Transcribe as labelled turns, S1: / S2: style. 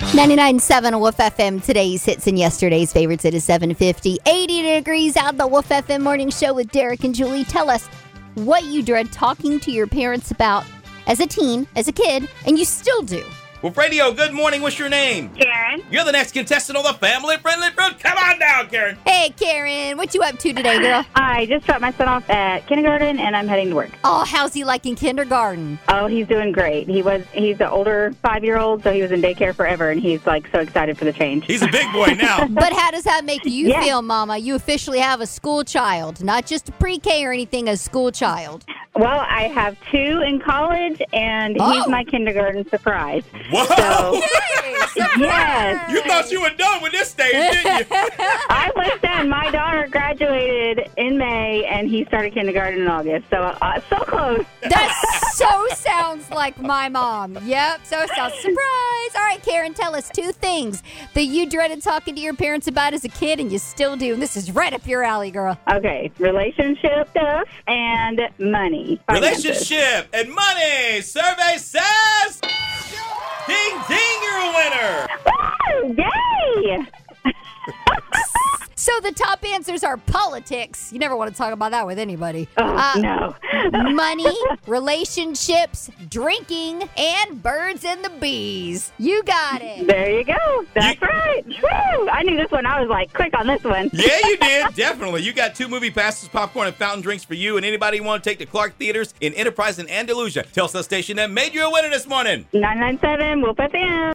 S1: 99.7 Wolf FM. Today's hits and yesterday's favorites. It is 750. 80 degrees out the Wolf FM morning show with Derek and Julie. Tell us what you dread talking to your parents about as a teen, as a kid, and you still do.
S2: Well, radio, good morning. What's your name?
S3: Karen.
S2: You're the next contestant on the Family Friendly Fruit. Come on down, Karen.
S1: Hey, Karen, what you up to today, girl?
S3: I just dropped my son off at kindergarten and I'm heading to work.
S1: Oh, how's he like in kindergarten?
S3: Oh, he's doing great. He was he's the older five year old, so he was in daycare forever and he's like so excited for the change.
S2: He's a big boy now.
S1: But how does that make you
S3: Yeah.
S1: feel, Mama? You officially have a school child, not just a pre-K or anything, a school child.
S3: well, I have two in college and he's
S1: Oh.
S3: my kindergarten surprise.
S2: Whoa.
S3: So yes.
S2: You thought you were done with this stage, didn't you?
S3: I was done. My daughter graduated in May and he started kindergarten in August. So uh, so close.
S1: That so sounds like my mom. Yep, so sounds surprise. All right, Karen, tell us two things that you dreaded talking to your parents about as a kid and you still do. And this is right up your alley, girl.
S3: Okay. Relationship stuff and money. Finances.
S2: Relationship and money. Survey says. Ding, ding, you're a winner.
S3: Woo! Yay!
S1: So the top answers are politics. You never want to talk about that with anybody.
S3: Oh,
S1: Uh,
S3: no.
S1: Money, relationships, drinking, and birds and the bees. You got it.
S3: There you go. That's right. Woo! I knew this one. I was like, quick on this one.
S2: Yeah, you did. Definitely. You got two movie passes, popcorn, and fountain drinks for you and anybody you want to take to Clark Theaters in Enterprise and Andalusia. Tell us the station that made you a winner this morning.
S3: 997, Wolf FM.